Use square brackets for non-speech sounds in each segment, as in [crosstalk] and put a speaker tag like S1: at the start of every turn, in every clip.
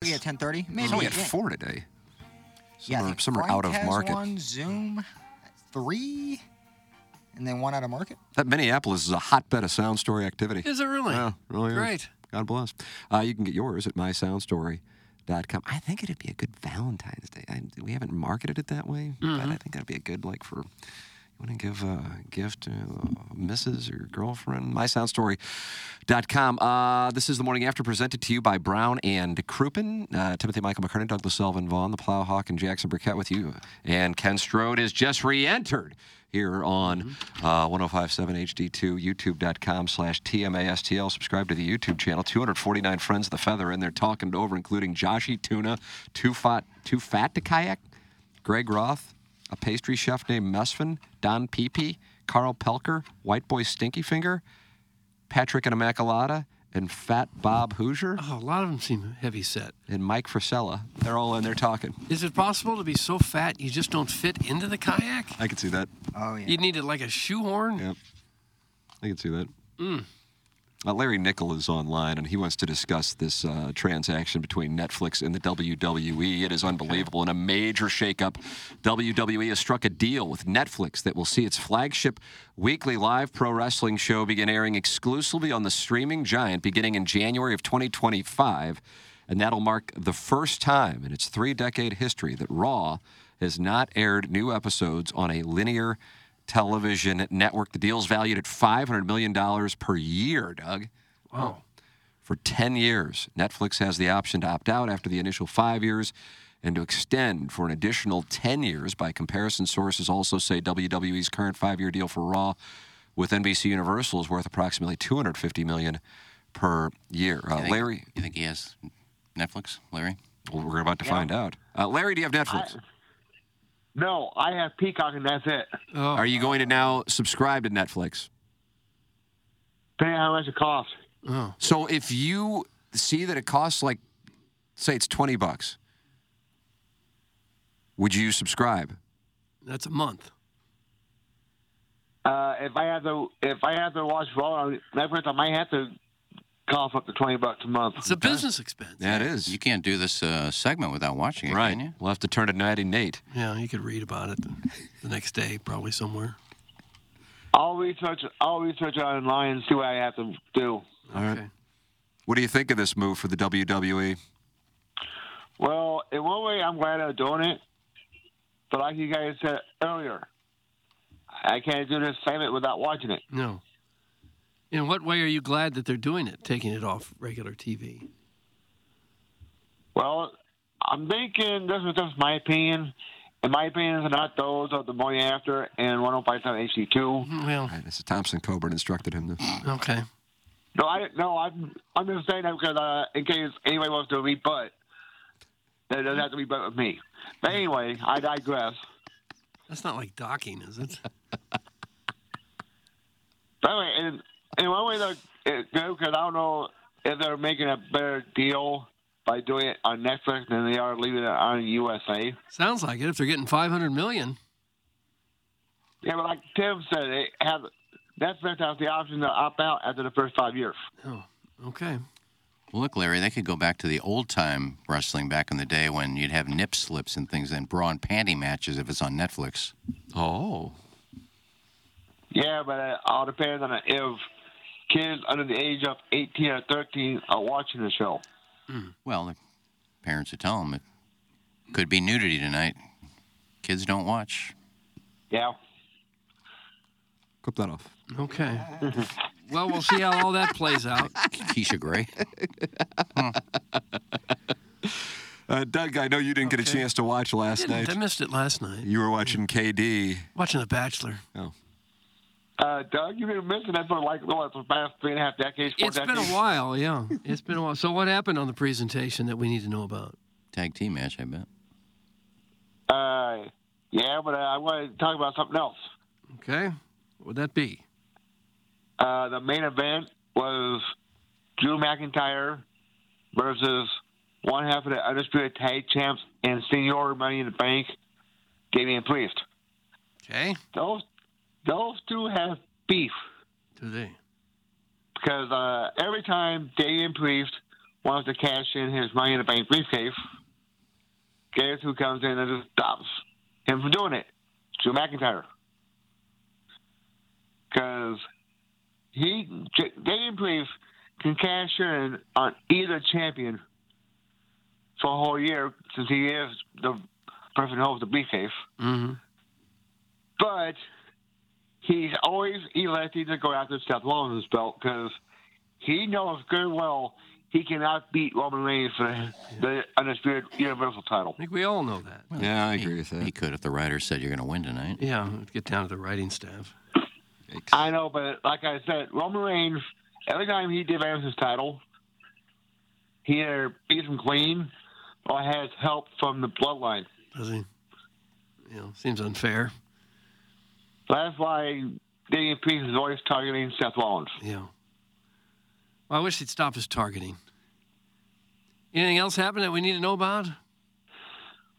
S1: Three at ten thirty, maybe.
S2: It's only at
S1: yeah.
S2: four today. Some
S1: Yeah, I
S2: are,
S1: think
S2: some are
S1: Frank
S2: out of
S1: has
S2: market.
S1: One Zoom, three, and then one out of market.
S2: That Minneapolis is a hotbed of sound story activity.
S3: Is it really?
S2: Yeah, really. is.
S3: Great.
S2: God bless. Uh, you can get yours at mysoundstory.com. I think it'd be a good Valentine's Day. I, we haven't marketed it that way, but
S3: Mm-hmm.
S2: I think that'd be a good like for you want to give a gift to uh, Mrs. or girlfriend. mysoundstory.com. Uh, this is the morning after, presented to you by Brown and Crouppen, uh, Timothy Michael McCartney, Douglas Selvin Vaughn, the Plowhawk, and Jackson Burkett with you. And Ken Strode is just re-entered here on uh, 1057 HD2, youtube.com slash TMASTL. Subscribe to the YouTube channel. 249 friends of the feather in there talking it over, including Joshi Tuna, Too Fat, too fat to Kayak, Greg Roth, a pastry chef named Mesfin, Don Peepee, Carl Pelker, White Boy Stinky Finger, Patrick and Immaculata, and Fat Bob Hoosier,
S3: Oh, a lot of them seem heavy set.
S2: and Mike Frisella. They're all in there talking.
S3: Is it possible to be so fat you just don't fit into the kayak?
S2: I can see that.
S1: Oh yeah.
S3: You'd need it like a shoehorn.
S2: Yeah. I can see that. Uh, Larry Nickel is online, and he wants to discuss this uh, transaction between Netflix and the WWE. It is unbelievable and a major shakeup. WWE has struck a deal with Netflix that will see its flagship weekly live pro wrestling show begin airing exclusively on the streaming giant beginning in January of 2025. And that'll mark the first time in its three decade history that Raw has not aired new episodes on a linear television network. The deal's valued at $500 million per year, Doug.
S3: Wow.
S2: For 10 years, Netflix has the option to opt out after the initial five years and to extend for an additional 10 years. By comparison, sources also say WWE's current five year deal for Raw with NBC Universal is worth approximately $250 million per year. Uh, Larry,
S4: You think he has Netflix, Larry?
S2: well, we're about to find out. Uh, Larry, do you have Netflix?
S5: No, I have Peacock and that's it.
S2: Are you going to now subscribe to Netflix?
S5: Depending on how much it costs.
S3: Oh,
S2: So if you see that it costs like, say it's twenty bucks, would you subscribe?
S3: That's a month.
S5: Uh, if I have to, if I have to watch Raw on Netflix, I might have to cough up to twenty bucks a month.
S3: It's a business expense.
S2: That is
S4: You can't do this uh, segment without watching it,
S2: right.
S4: can you?
S2: We'll have to turn to ninety Nate.
S3: Yeah, you could read about it the, the next day, probably somewhere.
S5: I'll research. I'll research it online and see what I have to do.
S2: All right. What do you think of this move for the E? WWE?
S5: Well, in one way, I'm glad I'm doing it, but like you guys said earlier, I can't do this segment without watching it.
S3: No. In what way are you glad that they're doing it, taking it off regular TV?
S5: Well, I'm thinking this is just my opinion. And my opinions are not those of the morning after and 105.7 HD2.
S3: Well,
S2: Right, this is Thompson Coburn instructed him to.
S3: okay.
S5: No, I no, I'm I'm just saying that because uh, in case anybody wants to rebut, that doesn't have to rebut with me. But anyway, I digress.
S3: That's not like docking, is it?
S5: But anyway, in, in one way, they're because I don't know if they're making a better deal by doing it on Netflix than they are leaving it on USA.
S3: Sounds like it. If they're getting 500 million,
S5: Yeah, but like Tim said, it has Netflix has the option to opt out after the first five years.
S3: Oh, okay.
S4: Well, look, Larry, they could go back to the old time wrestling back in the day when you'd have nip slips and things and bra and panty matches if it's on Netflix.
S2: Oh,
S5: Yeah, but it all depends on if kids under the age of 18 or 13 are watching the show.
S4: Well, the parents to tell them it could be nudity tonight. Kids don't watch.
S5: Yeah.
S2: Clip that off. [laughs]
S3: Okay. well, we'll see how all that plays out.
S4: Keisha Gray.
S2: [laughs] Uh, Doug, I know you didn't get a chance to watch last
S3: Didn't, I
S2: night.
S3: missed it last night.
S2: You were watching KD.
S3: Watching The Bachelor.
S2: Oh,
S5: Uh, Doug, you've been missing that for like what, the past three and a half decades, four
S3: It's been
S5: decades.
S3: a while, yeah. It's been a while. So, what happened on the presentation that we need to know about?
S4: Tag team match, I bet.
S5: Uh, yeah, but uh, I want to talk about something else.
S3: Okay. What would that be?
S5: Uh, the main event was Drew McIntyre versus one half of the undisputed tag champs and senior Money in the Bank, Damian Priest.
S3: Okay.
S5: Those those two have beef
S3: Today.
S5: because uh, every time Damian Priest wants to cash in his Money in the Bank briefcase, guess who comes in and just stops him from doing it? Drew McIntyre. Because he, J- Damian Priest can cash in on either champion for a whole year since he is the person who holds the briefcase.
S3: Mm-hmm.
S5: But he's always elected to go after Seth Rollins' belt because he knows good and well he cannot beat Roman Reigns for the Undisputed Universal title.
S3: I think we all know that.
S2: yeah, I agree with
S4: He
S2: that.
S4: could if the writers said you're going to win tonight.
S3: Yeah, let's get down to the writing staff.
S5: I know, but like I said, Roman Reigns, every time he demands his title, he either beats him clean or has help from the bloodline.
S3: Does he? You know, seems unfair.
S5: That's why Damian Priest is always targeting Seth Rollins.
S3: Yeah. Well, I wish he'd stop his targeting. Anything else happen that we need to know about?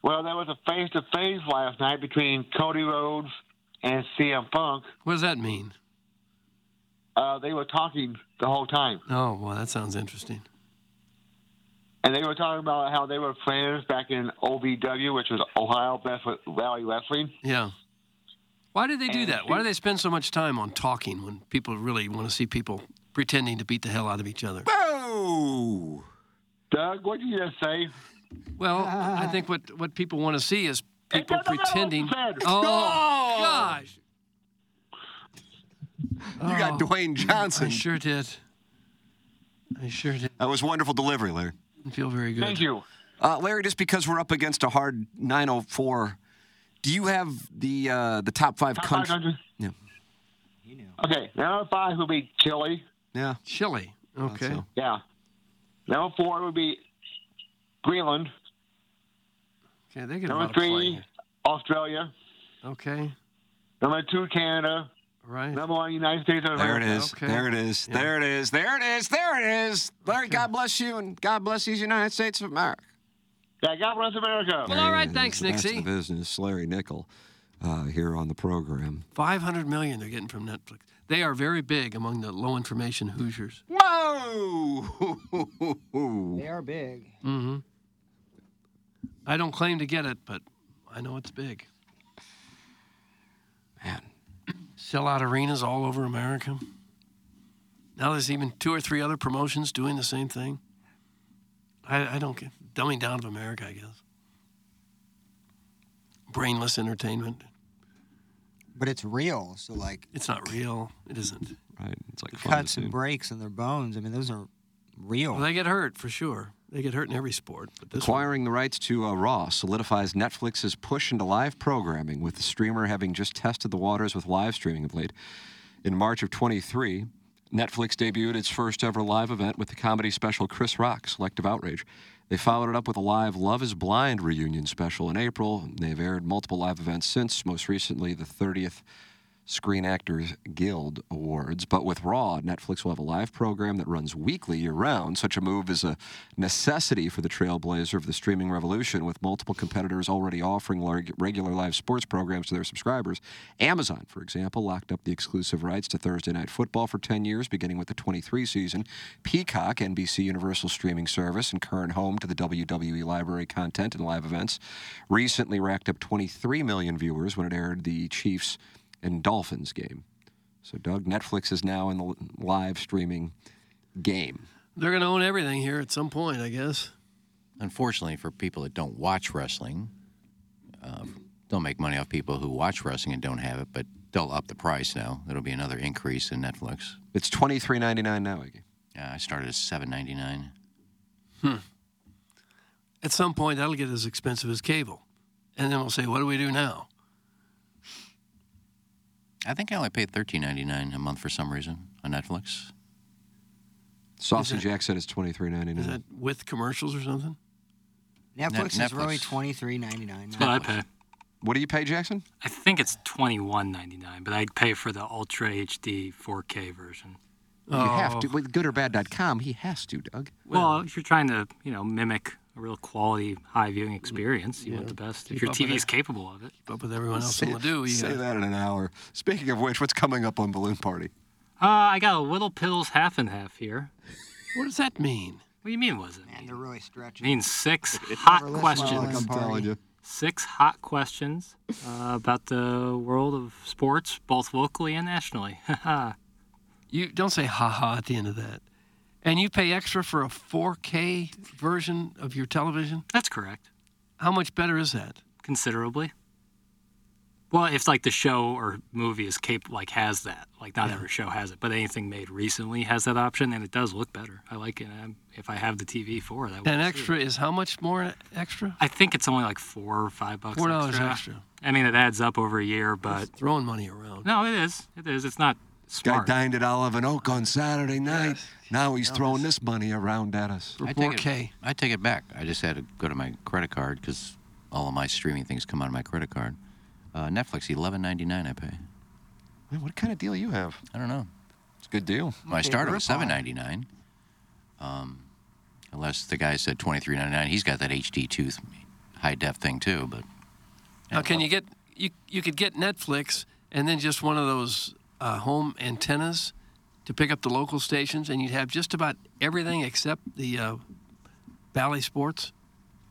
S5: Well, there was a face to face last night between Cody Rhodes and CM Punk.
S3: What does that mean?
S5: Uh, they were talking the whole time,
S3: Oh, well, that sounds interesting.
S5: and they were talking about how they were friends back in OVW, which was Ohio Valley Wrestling.
S3: Yeah. Why did they do that? Why do they spend so much time on talking when people really want to see people pretending to beat the hell out of each other?
S2: Oh!
S5: Doug, what did you just say?
S3: Well, I think what, what people want to see is people
S5: doesn't matter what
S3: pretending.
S5: you said.
S3: Oh, gosh.
S2: You got
S4: Oh.
S2: Dwayne
S3: I
S2: Johnson.
S3: sure did. I sure did.
S2: That was wonderful delivery, Larry.
S3: Didn't feel very good.
S5: Thank you.
S2: Uh, Larry, just because we're up against a hard 904, do you have the uh, the top five
S5: Top
S2: countries?
S5: 500.
S2: Yeah.
S5: Okay, number five would be Chile.
S2: Yeah.
S3: Chile. Okay.
S2: so.
S5: Yeah. Number four would be Greenland.
S3: Okay, they get a lot
S5: Number
S3: of play.
S5: three,
S3: here.
S5: Australia.
S3: Okay.
S5: Number two, Canada.
S3: All right.
S5: Number one, United States of
S2: There
S5: America.
S2: it is.
S3: Okay.
S2: There it is. There it is. There it is. There it is. Larry, God bless you and God bless these United States of America.
S5: Yeah, God bless America.
S3: Well, all right. Thanks,
S2: That's the
S3: Nixie.
S2: business. Larry Nickel uh, here on the program.
S3: 500 million they're getting from Netflix. They are very big among the low information Hoosiers.
S2: Whoa! [laughs]
S1: They are big.
S3: Mm-hmm. I don't claim to get it, but I know it's big.
S2: Man,
S3: Sell out arenas all over America. Now there's even two or three other promotions doing the same thing. I, I don't get dumbing down of America, I guess. Brainless entertainment.
S1: But it's real. So, like,
S3: It's not real. It isn't.
S2: right. It's like
S1: the
S2: fun to
S1: cuts
S2: see.
S1: and breaks and their bones, I mean, those are real.
S3: Well, they get hurt for sure. They get hurt in every sport. But this one-
S2: Acquiring the rights to uh, Raw solidifies Netflix's push into live programming, with the streamer having just tested the waters with live streaming of late. In March of 23, Netflix debuted its first ever live event with the comedy special Chris Rock, Selective Outrage. They followed it up with a live Love is Blind reunion special in April. They've aired multiple live events since, most recently, the 30th Screen Actors Guild Awards. But with Raw, Netflix will have a live program that runs weekly year round. Such a move is a necessity for the trailblazer of the streaming revolution, with multiple competitors already offering lar- regular live sports programs to their subscribers. Amazon, for example, locked up the exclusive rights to Thursday Night Football for 10 years, beginning with the 23 season. Peacock, NBC Universal streaming service and current home to the WWE library content and live events, recently racked up 23 million viewers when it aired the Chiefs and Dolphins game. So, Doug, Netflix is now in the l- live streaming game.
S3: They're going to own everything here at some point, I guess.
S4: unfortunately for people that don't watch wrestling, uh, don't make money off people who watch wrestling and don't have it, but they'll up the price now. That'll be another increase in Netflix.
S2: It's twenty three ninety nine now, Iggy.
S4: Yeah, I started at seven ninety nine.
S3: At some point, that'll get as expensive as cable. And then we'll say, what do we do now?
S4: I think I only paid thirteen ninety nine a month for some reason on Netflix.
S2: Sausage Jack said it's twenty three ninety
S6: Mm.
S3: Is
S2: nine.
S3: that with commercials or something?
S4: Net-
S7: Netflix, is really
S4: Netflix.
S7: twenty three ninety nine.
S6: But I pay.
S2: What do you pay, Jackson?
S6: I think it's twenty one ninety nine, but I pay for the Ultra HD 4K version.
S2: You have to
S3: Oh,
S2: with goodorbad.com. He has to, Doug.
S6: Well, if you're trying to, you know, mimic a real quality high viewing experience, you want the best. If your TV is capable of it,
S3: But with everyone else in Ladue, you
S2: say
S3: got
S2: that in an hour. Speaking of which, what's coming up on Balloon Party?
S6: uh, I got a little piddles half and half here.
S3: What does that mean?
S6: What do you mean? Was it?
S7: And they're really stretching.
S6: means six hot
S7: never lets
S6: questions.
S7: Balloon
S2: I'm telling
S7: Party.
S2: you.
S6: Six hot questions uh, about the world of sports, both locally and nationally.
S3: You don't say ha ha at the end of that. And you pay extra for a 4K version of your television?
S6: That's correct.
S3: How much better is that?
S6: Considerably. Well, if like the show or movie is cap like has that, like not every show has it, but anything made recently has that option, and it does look better. I like it. Um if I have the TV for it, I will.
S3: And extra is how much more extra?
S6: Oh, I think it's only like four or five bucks.
S3: Four dollars
S6: extra.
S3: extra.
S6: I mean, it adds up over a year, but
S3: Throwing money around.
S6: no, it is. It is. It's not
S2: Guy
S6: smart.
S2: dined at Olive and Oak on Saturday night. Now he's throwing this money around at us.
S3: For
S4: I take
S3: 4K.
S4: It, I take it back. I just had to go to my credit card because all of my streaming things come out of my credit card. Uh, Netflix, eleven ninety nine. I pay.
S2: Man, what kind of deal you have?
S4: I don't know.
S2: It's a good deal.
S4: Well, I
S7: Okay,
S4: started
S7: rip
S4: with
S7: off.
S4: seven ninety nine. Um, unless the guy said twenty three ninety nine. He's got that HD two high def thing too. But
S3: Now, can you get you you could get Netflix and then just one of those uh, home antennas to pick up the local stations, and you'd have just about everything except the uh, Valley Sports.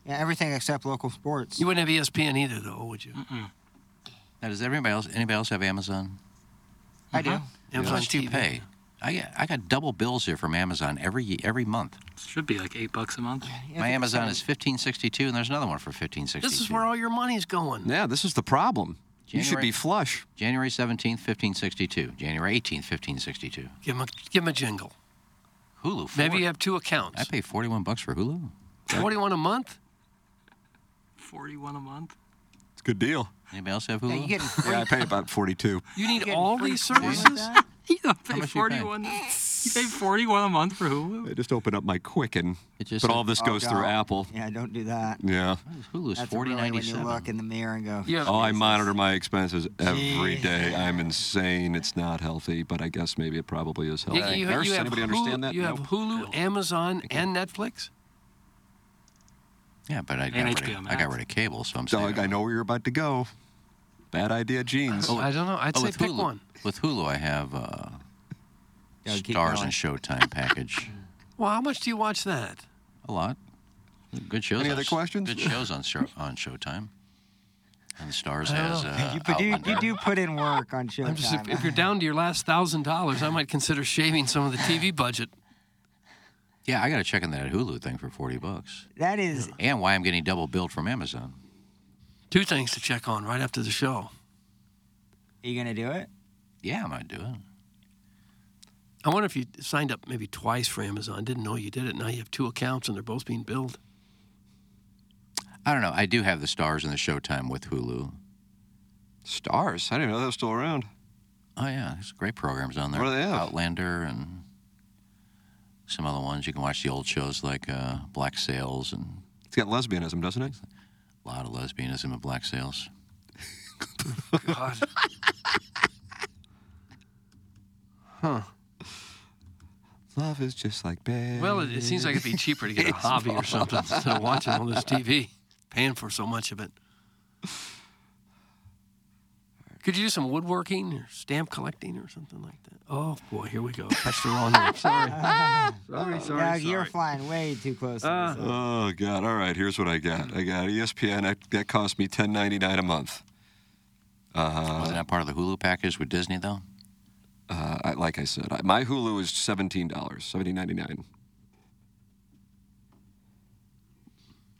S7: Yeah, everything except local sports.
S3: You wouldn't have E ESPN either, though, would you?
S4: now, does everybody else anybody else have Amazon?
S7: I do.
S4: How
S3: Amazon
S4: much do you
S3: TV.
S4: pay? I got, I got double bills here from Amazon every ye- every month.
S6: Should be like eight bucks a month.
S7: Yeah,
S4: My
S7: I think it's
S4: Amazon
S7: fine.
S4: is fifteen sixty two, and there's another one for fifteen sixty two.
S3: This is where all your money's going.
S2: Yeah, this is the problem. You should
S4: January-
S2: be flush.
S4: January seventeenth, fifteen sixty two. January eighteenth, fifteen sixty two.
S3: Give him a, give 'em a jingle.
S4: Hulu.
S3: Maybe
S4: four-
S3: you have two accounts.
S4: I pay forty one bucks for Hulu.
S3: Forty-one a month.
S6: Forty-one a month.
S2: It's a good deal.
S4: Anybody else have
S7: Yeah,
S4: Hulu?
S7: you getting free,
S2: Yeah, I paid about 42.
S3: You need
S7: getting
S3: all
S7: free
S3: these
S7: porn like
S3: services.
S7: that?
S6: You don't pay
S4: much you pay?
S6: forty-one. You pay forty-one a month for Hulu.
S2: I just opened up my Quicken,
S4: It just
S2: but
S4: said-
S2: all this
S7: Oh,
S2: goes through
S7: God.
S2: Apple.
S7: Yeah, don't do that.
S2: Yeah.
S4: Hulu's
S7: That's
S4: forty
S7: really
S4: ninety
S7: when you
S4: seven.
S7: look in the mirror and go,
S3: You have-
S2: Oh, I monitor my expenses every
S7: Jeez.
S2: day. I'm insane. It's not healthy, but I guess maybe it probably is healthy.
S3: you, you,
S2: Nurse,
S3: you have
S2: anybody
S3: Hulu,
S2: understand that?
S3: You have
S2: Nope.
S3: Hulu, Amazon, and Netflix.
S4: Yeah, but I got,
S6: And
S4: rid
S6: HBO
S4: of, I got
S6: Max.
S4: rid of cable, so I'm saying.
S2: Doug, I know where you're about to go. Bad idea, jeans.
S3: I don't know. I'd say pick
S4: Hulu,
S3: one.
S4: oh, With Hulu, I have uh,
S7: Yeah, keep
S4: Stars
S7: going.
S4: and Showtime package.
S3: Well, how much do you watch that?
S4: A lot. Good shows.
S2: Any
S4: on
S2: other
S4: s-
S2: questions?
S4: Good shows on Show- on Showtime. And Stars
S3: don't
S4: has.
S3: know.
S4: Uh,
S7: [laughs] you, but you,
S4: Outlander.
S7: you do put in work on Showtime.
S3: I'm just, if, if you're down to your last thousand dollars, I might consider shaving some of the TV budget.
S4: Yeah, I got to check in that Hulu thing for forty bucks.
S7: that is,
S4: And why I'm getting double billed from Amazon.
S3: Two things to check on right after the show.
S7: are you gonna do it?
S4: Yeah, I might do it.
S3: I wonder if you signed up maybe twice for Amazon, didn't know you did it. Now you have two accounts and they're both being billed.
S4: I don't know. I do have the Stars and the Showtime with Hulu.
S2: Stars. I didn't know that was still around.
S4: Oh yeah, there's great programs on there.
S2: What do they have?
S4: Outlander and some other ones. You can watch the old shows like uh, Black Sails and
S2: It's got lesbianism, doesn't it?
S4: a lot of lesbianism in Black Sails.
S3: God.
S2: Love is just like bad.
S3: well, it, it seems like it'd be cheaper to [laughs] get a hobby or something instead of watching all this TV, paying for so much of it. Could you do some woodworking or stamp collecting or something like that? Oh boy, here we go. Touched the wrong one. Sorry. sorry, sorry,
S7: Doug,
S3: sorry. Uh.
S7: you're flying way too close. to this.
S2: Oh God! All right, here's what I got. I got E ESPN. I, that cost me ten ninety nine a month.
S4: Wasn't that part of the Hulu package with Disney though?
S2: Uh, I, like I said, I, my Hulu is seventeen dollars, seventeen ninety nine.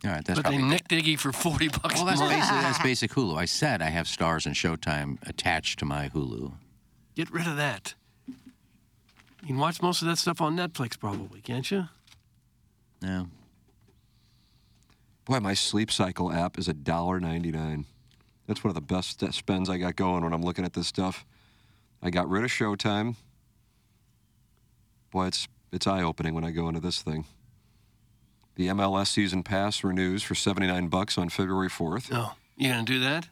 S4: All right, that's
S3: but they
S4: probably
S3: nicked Iggy for 40 bucks
S4: well, that's
S3: a month. [laughs]
S4: basic, that's basic Hulu. I said I have Stars and Showtime attached to my Hulu.
S3: Get rid of that. You can watch most of that stuff on Netflix, probably, can't you?
S4: Yeah.
S2: Boy, my sleep cycle app is a dollar ninety nine. That's one of the best st- spends I got going when I'm looking at this stuff. I got rid of Showtime. Boy, it's it's eye opening when I go into this thing. The MLS season pass renews for seventy nine bucks on February fourth.
S3: No, you gonna do that?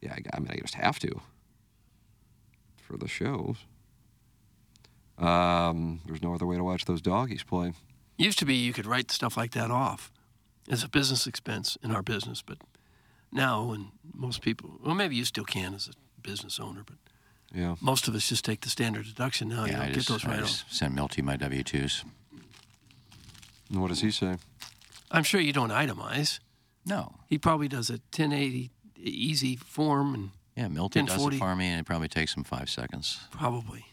S2: Yeah, I, I mean, I just have to for the shows. Um, there's no other way to watch those doggies play.
S3: Used to be you could write stuff like that off as a business expense in our business, but now, and most people, well, maybe you still can as a business owner, but
S2: Yeah.
S3: most of us just take the standard deduction now. you
S4: yeah,
S3: don't
S4: I
S3: Oh, get
S4: just,
S3: those
S4: I
S3: right off.
S4: just sent Milty my W twos.
S2: And what does he say?
S3: I'm sure you don't itemize.
S4: No.
S3: He probably does a 1080 easy form and
S4: Yeah, Milty does it
S3: 1040.
S4: for me, and it probably takes him five seconds.
S3: probably.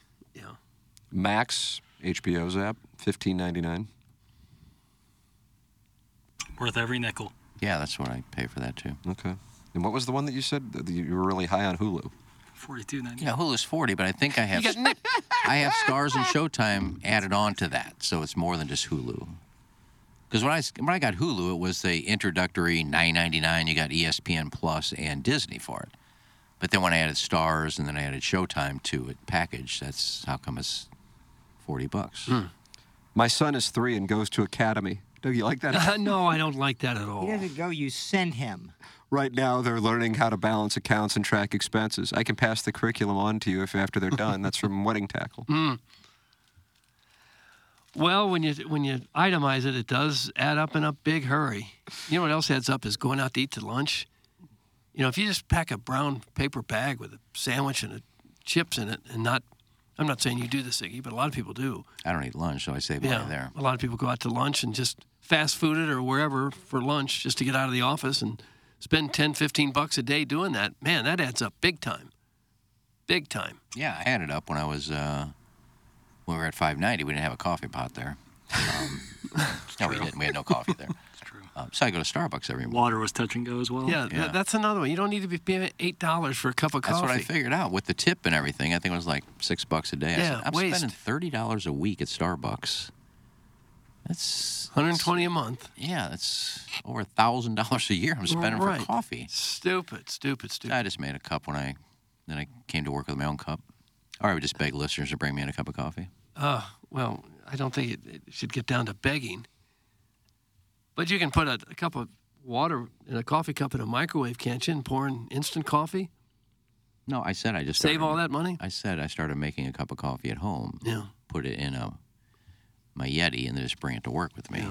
S2: Max HBO's app, fifteen ninety nine.
S6: Worth every nickel.
S4: Yeah, that's what I pay for that too.
S2: Okay. And what was the one that you said that you were really high on Hulu?
S6: Forty-two ninety.
S4: Yeah, Hulu's forty, but I think I have
S3: You got nicked.
S4: [laughs] I have Stars and Showtime added on to that, so it's more than just Hulu. Because when I s- when I got Hulu, it was the introductory 9.99. You got E ESPN Plus and Disney for it. But then when I added Stars and then I added Showtime to it package, that's how come it's forty bucks.
S3: Hmm.
S2: My son is three and goes to academy. Do you like
S3: [laughs]
S2: that?
S3: [laughs] no, I don't like that at all.
S7: He doesn't go. You send him.
S2: right now, they're learning how to balance accounts and track expenses. I can pass the curriculum on to you if after they're done. That's
S3: [laughs]
S2: from Wedding Tackle.
S3: Mm, Well, when you when you itemize it, it does add up in a big hurry. You know what else adds up is going out to eat to lunch. You know, if you just pack a brown paper bag with a sandwich and a chips in it, and not, I'm not saying you do this, Iggy, but a lot of people do.
S4: I don't eat lunch, so I save money there.
S3: a lot of people go out to lunch and just fast food it or wherever for lunch just to get out of the office and spend 10, 15 bucks a day doing that. Man, that adds up big time. Big time.
S4: Yeah, I had it up when I was uh, when we were at 590. We didn't have a coffee pot there.
S3: [laughs]
S4: Um, no, we didn't. We had no coffee there. That's true. Um, so I go to Starbucks every morning.
S6: Water was touch and go as well.
S3: Yeah, th-
S4: Oh, Yeah.
S3: that's another one. You don't need to be paying eight dollars for a cup of
S4: That's
S3: coffee.
S4: what I figured out with the tip and everything. I think it was like six bucks a day. I
S3: Yeah,
S4: said, I'm
S3: waste.
S4: spending thirty dollars a week at Starbucks. That's
S3: 120 a month.
S4: yeah, that's over a thousand dollars a year I'm spending
S3: Right.
S4: for coffee.
S3: Stupid, stupid,
S4: So
S3: stupid.
S4: I just made a cup when I then I came to work with my own cup. Or I would just beg listeners to bring me in a cup of coffee.
S3: Uh, well, I don't think it, it should get down to begging. But you can put a, a cup of water in a coffee cup in a microwave, can't you? And pour in instant coffee.
S4: No, I said I just
S3: Save
S4: started-
S3: all that money.
S4: I said I started making a cup of coffee at home.
S3: Yeah.
S4: Put it in a my Yeti and then just bring it to work with me.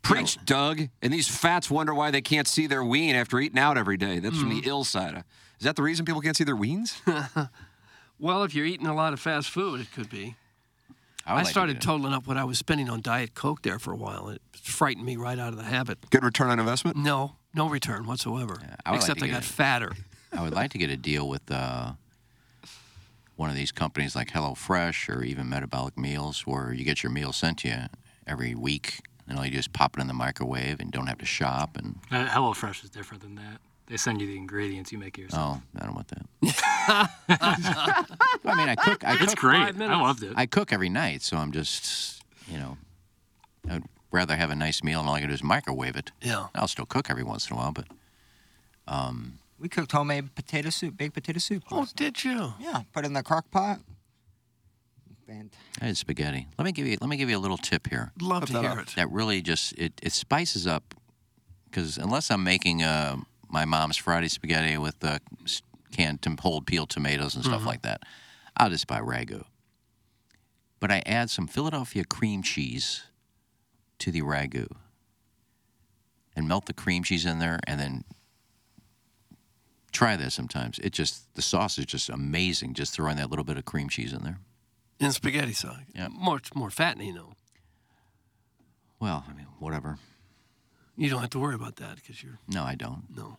S2: Preach, Doug. And these fats wonder why they can't see their ween after eating out every day. That's from
S3: Mm.
S2: the ill side. of- Is that the reason people can't see their
S3: [laughs]
S2: weens?
S3: Well, if you're eating a lot of fast food, it could be.
S4: would
S3: I,
S4: like to
S3: started
S4: do that.
S3: totaling up what I was spending on Diet Coke there for a while. It frightened me right out of the habit.
S2: Good return on investment.
S3: No, no return whatsoever.
S4: I would like
S3: Except
S4: to
S3: I
S4: get
S3: got
S4: it.
S3: fatter.
S4: I would like to get a deal with uh, one of these companies like HelloFresh or even Metabolic Meals, where you get your meal sent to you every week, and all you do is pop it in the microwave and don't have to shop. And
S6: Uh, HelloFresh is different than that. They send you the ingredients, you make it yourself.
S4: oh, I don't
S6: [laughs]
S4: want that. I mean, I cook. I
S6: It's
S4: cook.
S6: great.
S3: five minutes.
S6: I loved it.
S4: I cook every night, so I'm just, you know, I'd rather have a nice meal and all I can do is microwave it.
S3: Yeah.
S4: I'll still cook every once in a while, but
S7: We cooked homemade potato soup, baked potato soup.
S3: Oh,
S7: last night.
S3: did you?
S7: yeah, put it in the crock pot. Fantastic.
S4: I had spaghetti. Let me give you. Let me give you a little tip here.
S3: Love to hear it.
S4: that really just it, it spices up because unless I'm making uh, my mom's Friday spaghetti with uh, s- canned tom- whole peeled tomatoes and stuff like that, I'll just buy ragu. But I add some Philadelphia cream cheese to the ragu and melt the cream cheese in there and then try that sometimes. It just the sauce is just amazing just throwing that little bit of cream cheese in there.
S3: In spaghetti sauce.
S4: Yeah.
S3: More, more fattening, though.
S4: Well, I mean, whatever.
S3: You don't have to worry about that because you're,
S4: No, I don't.
S3: no.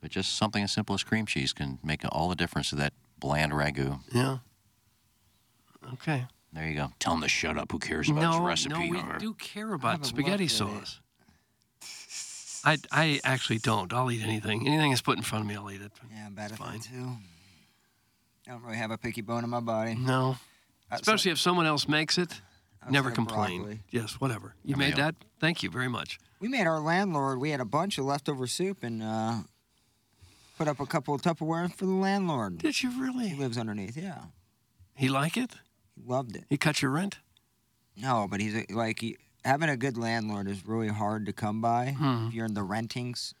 S4: But just something as simple as cream cheese can make all the difference to that bland ragu.
S3: Yeah. Okay.
S4: There you go. Tell them to shut up. Who cares about
S3: no,
S4: his
S3: No,
S4: recipe?
S3: we
S4: or-
S3: do care
S4: I
S3: about
S4: haven't
S3: spaghetti
S4: looked at
S3: sauce. I, I actually don't. I'll eat anything. Anything that's put in front of me, I'll eat it.
S7: Yeah, I'm bad at that too. I don't really have a picky bone in my body.
S3: No. Mm-hmm. Especially if someone else makes it, never
S7: of
S3: complain.
S7: broccoli.
S3: Yes, whatever. You
S7: Yeah,
S3: made
S7: yeah.
S3: that? Thank you very much.
S4: Mm.
S7: We made our landlord. We had a bunch of leftover soup and uh, put up a couple of Tupperware for the landlord.
S3: Did you really?
S7: He lives underneath. Yeah,
S3: He like it?
S7: he loved it.
S3: He cut your rent?
S7: No, but he's a, like he, having a good landlord is really hard to come by
S3: Hmm.
S7: if you're in the rentings.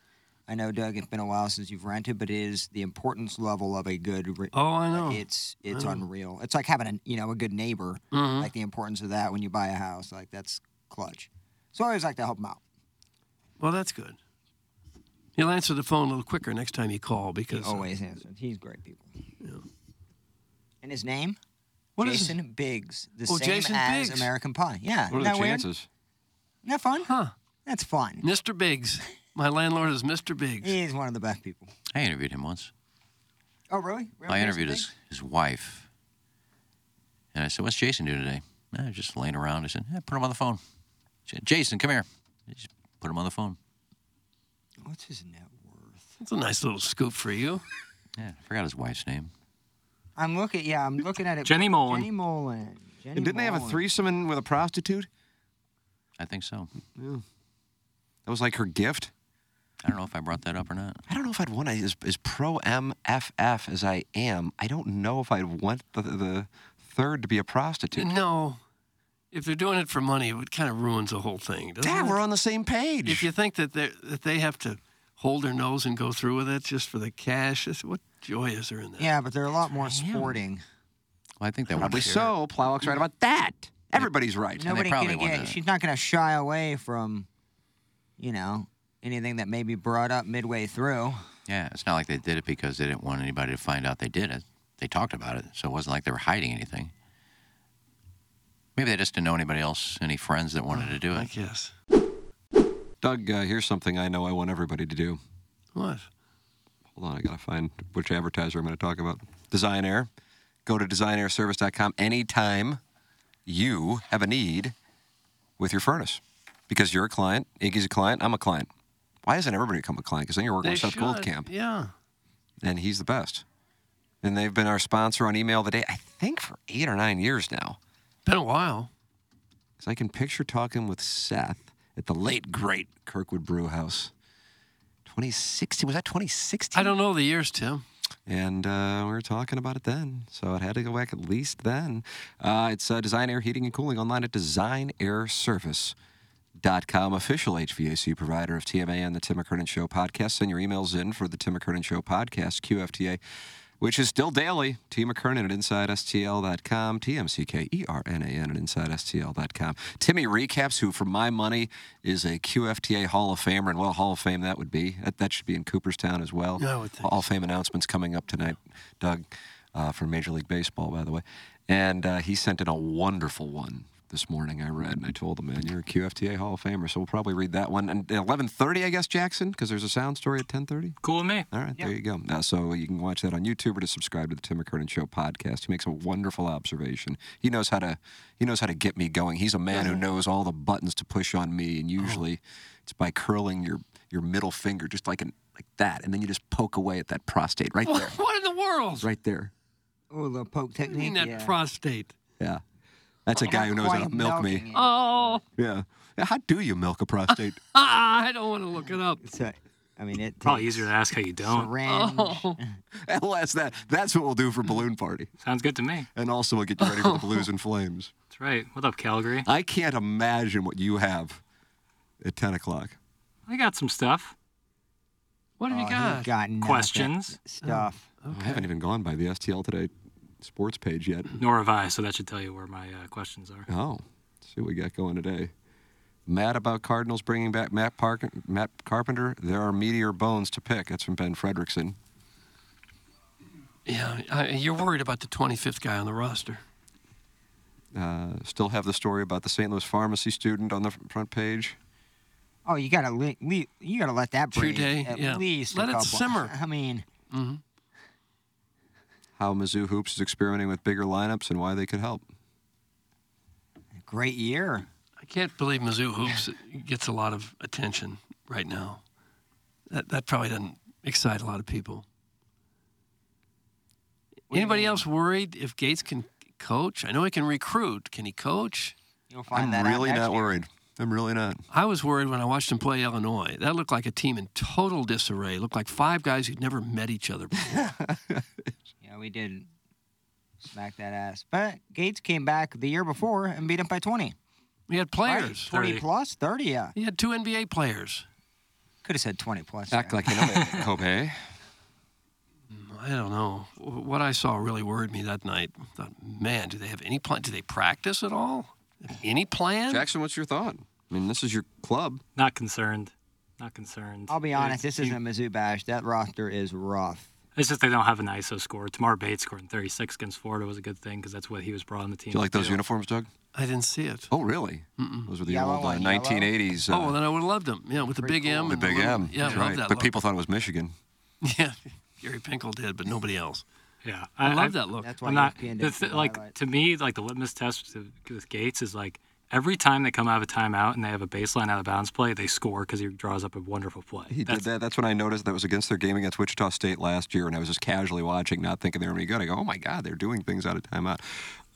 S7: I know, Doug. It's been a while since you've rented, but it is the importance level of a good. Re-
S3: oh, Hmm. I know.
S7: It's it's
S3: I know.
S7: unreal. It's like having a you know a good neighbor.
S3: Mhm.
S7: Like the importance of that when you buy a house. Like that's clutch. So I always like to help him out.
S3: Well, that's good. He'll answer the phone a little quicker next time you call because. uh,
S7: He always answers. He's great people. And his name?
S3: What is his-
S7: Jason Biggs. The
S3: Oh,
S7: same
S3: Jason
S7: as
S3: Biggs.
S7: American Pie. Yeah. isn't
S3: What are the
S7: that weird?
S3: chances?
S7: Isn't that fun?
S3: Huh.
S7: That's fun.
S3: Mr. Biggs. My landlord is Mr. Biggs.
S7: He's one of the best people.
S4: I interviewed him once.
S7: Oh, really? Really,
S4: I
S7: Jason
S4: interviewed
S7: Biggs?
S4: his, his wife. And I said, What's Jason doing today? I was just laying around. I said, "Eh, Put him on the phone. She said, Jason, come here. I just put him on the phone.
S7: What's his net worth?
S3: That's a nice little scoop for you.
S4: Yeah, I forgot his wife's name.
S7: I'm looking. Yeah, I'm looking at it.
S4: Jenny Mullen.
S7: Jenny Mullen. Jenny
S2: and didn't they have a
S7: Mullen.
S2: threesome in, with a prostitute?
S4: I think so.
S2: Yeah. That was like her gift.
S4: I don't know if I brought that up or not.
S2: I don't know if I'd want to, as, as pro MFF as I am, I don't know if I'd want the, the third to be a prostitute.
S3: No. If they're doing it for money, it kind of ruins the whole thing, doesn't
S2: Yeah,
S3: it?
S2: we're on the same page.
S3: If you think that they that they have to hold their nose and go through with it just for the cash, it's- what joy is there in that?
S7: Yeah, but they're a lot more sporting.
S4: Well, I think that
S2: Probably
S3: was-
S2: so. Plowek's right about that. Everybody's right.
S7: Nobody gonna get, she's not going to shy away from, you know, anything that may be brought up midway through.
S4: Yeah, it's not like they did it because they didn't want anybody to find out they did it. They talked about it, so it wasn't like they were hiding anything. Maybe they just didn't know anybody else, any friends that wanted to do it. I
S3: guess.
S2: Doug, uh, here's something I know I want everybody to do.
S3: What?
S2: Hold on, I gotta find which advertiser I'm gonna talk about. Design Air. Go to designairservice.com anytime you have a need with your furnace. Because you're a client, Iggy's a client, I'm a client. Why doesn't everybody become a client? Because then you're working
S3: They
S2: with Seth
S3: should,
S2: Goldcamp,
S3: Yeah.
S2: and he's the best. And they've been our sponsor on email the day, I think for eight or nine years now.
S3: Been a while.
S2: Because I can picture talking with Seth at the late, great Kirkwood Brew House. 2016, was that 2016?
S3: I don't know the years, Tim.
S2: And uh, we were talking about it then. So it had to go back at least then. Uh, it's uh, Design Air Heating and Cooling online at designairservice.com, official HVAC provider of TMA and the Tim McKernan Show podcast. Send your emails in for the Tim McKernan Show podcast, QFTA, which is still daily. T McKernan at InsideSTL.com, E TMCKERNAN at InsideSTL.com. Timmy Recaps, who for my money is a QFTA Hall of Famer, and what a Hall of Fame that would be. That, that should be in Cooperstown as well.
S3: Yeah, I would think
S2: Hall of Fame announcements coming up tonight, Doug, uh, for Major League Baseball, by the way. And uh, he sent in a wonderful one this morning. I read, and I told him, "Man, you're a QFTA Hall of Famer." So we'll probably read that one. And 11:30, I guess, Jackson, because there's a sound story at 10:30.
S6: Cool with me.
S2: All right, there you go. Uh, so you can watch that on YouTube or to subscribe to the Tim McKernan Show podcast. He makes a wonderful observation. He knows how to he knows how to get me going. He's a man who knows all the buttons to push on me, and usually
S7: Oh.
S2: it's by curling your your middle finger just like an like that, and then you just poke away at that prostate
S7: [laughs]
S2: right there,
S3: What in the world?
S2: right there.
S7: Oh, the poke
S3: I mean
S7: technique.
S3: that
S7: yeah.
S3: prostate.
S2: Yeah, that's a guy who knows how to
S7: Quite
S2: milk
S7: milking
S2: me.
S7: it.
S3: Oh,
S2: Yeah, Yeah, how do you milk a prostate?
S3: [laughs] I don't want to look it up.
S7: It's a- I mean, it
S6: Probably
S7: takes
S6: easier to ask how you don't.
S7: syringe.
S3: Oh,
S2: [laughs] Unless that that's what we'll do for balloon party,
S6: Hmm. Sounds good to me.
S2: and also we'll get you ready for
S6: [laughs]
S2: the blues and flames.
S6: That's right. What up, Calgary?
S2: I can't imagine what you have at 10 o'clock.
S6: I got some stuff.
S3: what have you got?
S7: He's Oh, got nothing.
S6: Questions?
S7: stuff.
S2: I haven't even gone by the STL Today sports page yet.
S6: Nor have I, so that should tell you where my uh, questions are.
S2: Oh, let's see what we got going today. Mad about Cardinals bringing back Matt, Park- Matt Carpenter. There are meteor bones to pick. That's from Ben Fredrickson.
S3: Yeah, I, you're worried about the 25th guy on the roster.
S2: Uh, still have the story about the St. Louis pharmacy student on the fr- front page.
S7: Oh, you gotta le- le- you gotta let that
S3: Two
S7: breathe
S3: day,
S7: at
S3: eh? yeah.
S7: least a
S3: Let it
S7: couple-
S3: simmer.
S7: [laughs] I mean,
S2: How Mizzou Hoops is experimenting with bigger lineups and why they could help.
S7: Great year.
S3: I can't believe Mizzou [laughs] hoops gets a lot of attention right now. That that probably doesn't excite a lot of people. Anybody else worried if Gates can coach? I know he can recruit. Can he coach?
S7: You'll
S2: I'm really not worried. I'm really not.
S3: I was worried when I watched him play Illinois. That looked like a team in total disarray. Looked like five guys who'd never met each other [laughs] before.
S7: Yeah, we did smack that ass. But Gates came back the year before and beat him by 20.
S3: He had players.
S7: Right, 20 plus? 30, yeah.
S3: He had two NBA players.
S7: Could have said 20 plus.
S2: Act like you know it, [laughs] Kobe.
S3: I don't know. What I saw really worried me that night. I thought, man, do they have any plan? Do they practice at all? Any plan?
S2: Jackson, what's your thought? I mean, this is your club.
S4: Not concerned. Not concerned.
S3: Um,
S7: I'll be honest, this isn't a Mizzou bash. That roster is rough.
S4: It's just they don't have an ISO score. Tamar Bates scoring 36 against Florida was a good thing because that's what he was brought on the team.
S2: Do you like
S4: to
S2: those
S4: do.
S2: uniforms, Doug?
S3: I didn't see it.
S2: Oh, really? Those were the
S7: Yellow
S2: old uh,
S7: and yellow.
S2: 1980s. Uh,
S3: Oh, well, then I would have loved him. Yeah, with the big M
S2: the
S3: and
S2: Big
S3: little-
S2: M.
S3: Yeah, I
S2: That's
S3: love
S2: right.
S3: that.
S2: But
S3: look.
S2: people thought it was Michigan.
S3: [laughs] Yeah, Gary Pinkel did, but nobody else.
S4: Yeah,
S3: I, love that look.
S7: That's why E
S4: I'm not
S7: ESPN
S4: the
S7: didn't
S4: th-
S7: put
S4: like
S7: highlights.
S4: to me like the litmus test to, with Gates is like every time they come out of a timeout and they have a baseline out of bounds play, they score because he draws up a wonderful play.
S2: He
S4: That's-
S2: did that. That's when I noticed that was against their game against Wichita State last year, and I was just casually watching, not thinking they were any good. I go, oh my God, they're doing things out of timeout.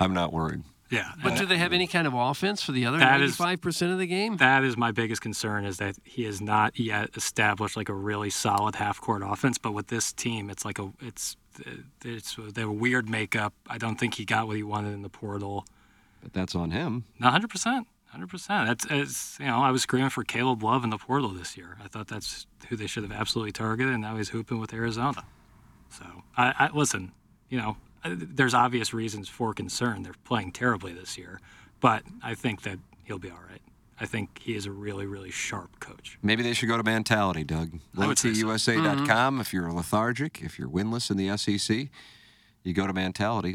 S2: I'm not worried.
S4: Yeah,
S3: But do they have any kind of offense for the other
S4: That is-
S3: 95% of the game?
S4: that is my biggest concern is that he has not yet established like a really solid half court offense. But with this team, it's like a it's it's their weird makeup. I don't think he got what he wanted in the portal.
S2: But that's on him.
S4: Not hundred percent. Hundred percent. That's it's, you know I was screaming for Caleb Love in the portal this year. I thought that's who they should have absolutely targeted, and now he's hooping with Arizona. So I, I listen. You know, I- there's obvious reasons for concern. They're playing terribly this year, but I think that he'll be all right. I think he is a really really sharp coach.
S2: Maybe they should go to mentality, Doug.
S4: would say so. Mm-hmm.
S2: LowTUSA.com. If you're lethargic, if you're winless in the SEC, you go to mentality.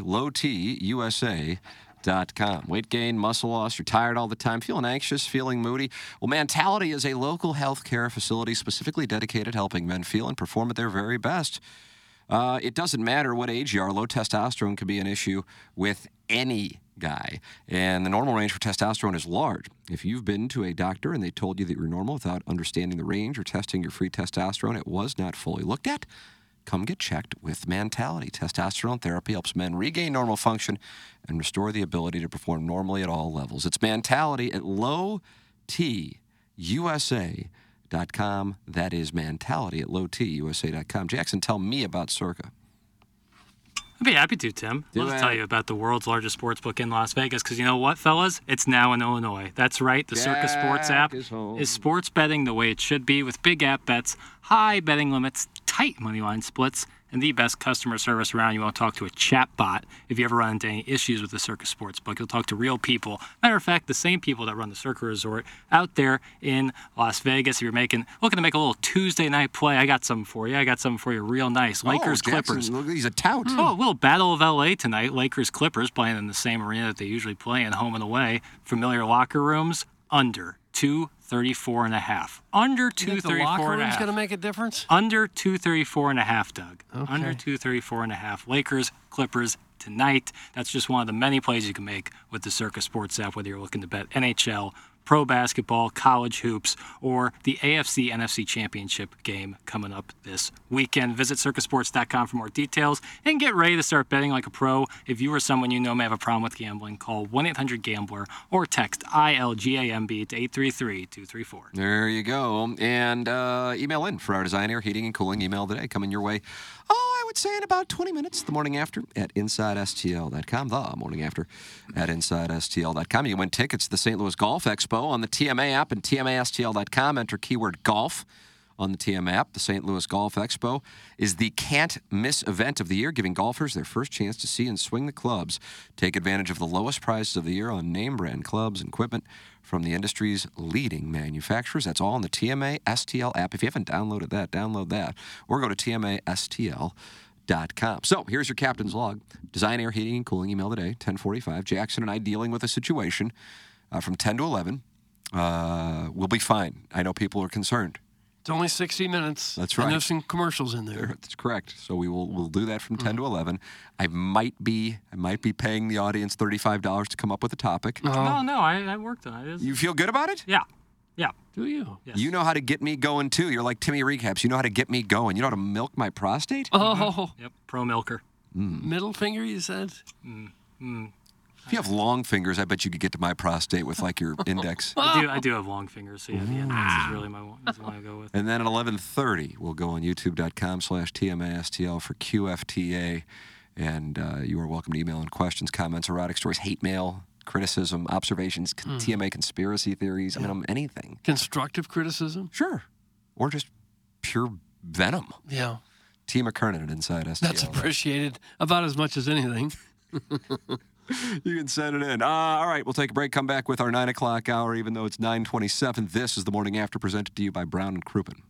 S2: LowTUSA.com. Weight gain, muscle loss, you're tired all the time, feeling anxious, feeling moody. Well, Mentality is a local health care facility specifically dedicated to helping men feel and perform at their very best. Uh, it doesn't matter what age you are, low testosterone can be an issue with any guy. And the normal range for testosterone is large. If you've been to a doctor and they told you that you're normal without understanding the range or testing your free testosterone, it was not fully looked at. Come get checked with Mentality. Testosterone therapy helps men regain normal function and restore the ability to perform normally at all levels. It's Mentality at low T USA.com. That is mentality at lowtusa.com. Jackson, tell me about Circa.
S4: I'd be happy to, Tim.
S2: Do
S4: Love
S2: it.
S4: to tell you about the world's largest sports book in Las Vegas because you know what, fellas? It's now in Illinois. That's right. The Circus Sports
S2: Jack
S4: app
S2: is home.
S4: is sports betting the way it should be with big app bets, high betting limits, tight money line splits, and the best customer service around. You won't talk to a chatbot if you ever run into any issues with the Circus Sports book. You'll talk to real people. Matter of fact, the same people that run the Circa Resort out there in Las Vegas. If you're making looking to make a little Tuesday night play, I got something for you. I got something for you real nice. Lakers
S2: oh, Jackson,
S4: Clippers.
S2: Look, he's a tout.
S4: Oh, a little battle of LA tonight. Lakers Clippers playing in the same arena that they usually play in, home and away. Familiar locker rooms under 234 and a half. Under
S3: Do you think the
S4: 234
S3: locker
S4: and a
S3: room's
S4: half. Uh,
S3: going to make a difference?
S4: Under 234 and a half, Doug. Under
S3: Okay.
S4: 234 and a half. Lakers, Clippers tonight. That's just one of the many plays you can make with the Circus Sports app, whether you're looking to bet NHL, pro basketball, college hoops, or the AFC NFC Championship game coming up this weekend. Visit circusports.com for more details and get ready to start betting like a pro. If you or someone you know may have a problem with gambling, call 1 800 Gambler or text ILGAMB to 833 234.
S2: There you go. And uh, email in for our design, air, heating, and cooling email today coming your way. Oh, I would say in about 20 minutes, the morning after at InsideSTL.com. The morning after at InsideSTL.com. You can win tickets to the St. Louis Golf Expo on the TMA app and TMASTL.com. Enter keyword golf on the TM app. The St. Louis Golf Expo is the can't miss event of the year, giving golfers their first chance to see and swing the clubs. Take advantage of the lowest prices of the year on name brand clubs and equipment from the industry's leading manufacturers. That's all on the TMA STL app. If you haven't downloaded that, download that or go to TMASTL.com. So here's your captain's log. Design air heating and cooling email today, 1045. Jackson and I dealing with a situation uh, from 10 to 11. Uh, we'll be fine. I know people are concerned.
S3: It's only 60 minutes.
S2: That's
S3: And
S2: right.
S3: there's some commercials in there.
S2: That's correct. So we will we'll do that from 10 to 11. I might be I might be paying the audience $35 to come up with a topic.
S6: no, no, I, I worked on it. It's-
S2: You feel good about it?
S6: yeah, yeah.
S3: Do you?
S6: Yes.
S2: You know how to get me going too. You're like Timmy Recaps. You know how to get me going. You know how to milk my prostate?
S4: mm-hmm.
S3: Oh,
S6: Yep, pro milker.
S3: middle finger, you said?
S2: If you have long fingers, I bet you could get to my prostate with
S6: [laughs]
S2: like your index.
S6: I do, I do have long fingers, so yeah, the index is really my one, is the one I go with.
S2: And then at 11.30, we'll go on youtube.com slash TMASTL for QFTA. And uh, you are welcome to email in questions, comments, erotic stories, hate mail, criticism, observations, con- TMA conspiracy theories, I mean, um, anything.
S3: Constructive criticism?
S2: Sure. Or just pure venom.
S3: Yeah.
S2: T. McKernan at Inside STL.
S3: That's appreciated about as much as anything.
S2: You can send it in. Uh, all right, we'll take a break. Come back with our 9 o'clock hour, even though it's 9.27. This is The Morning After, presented to you by Brown and Crouppen.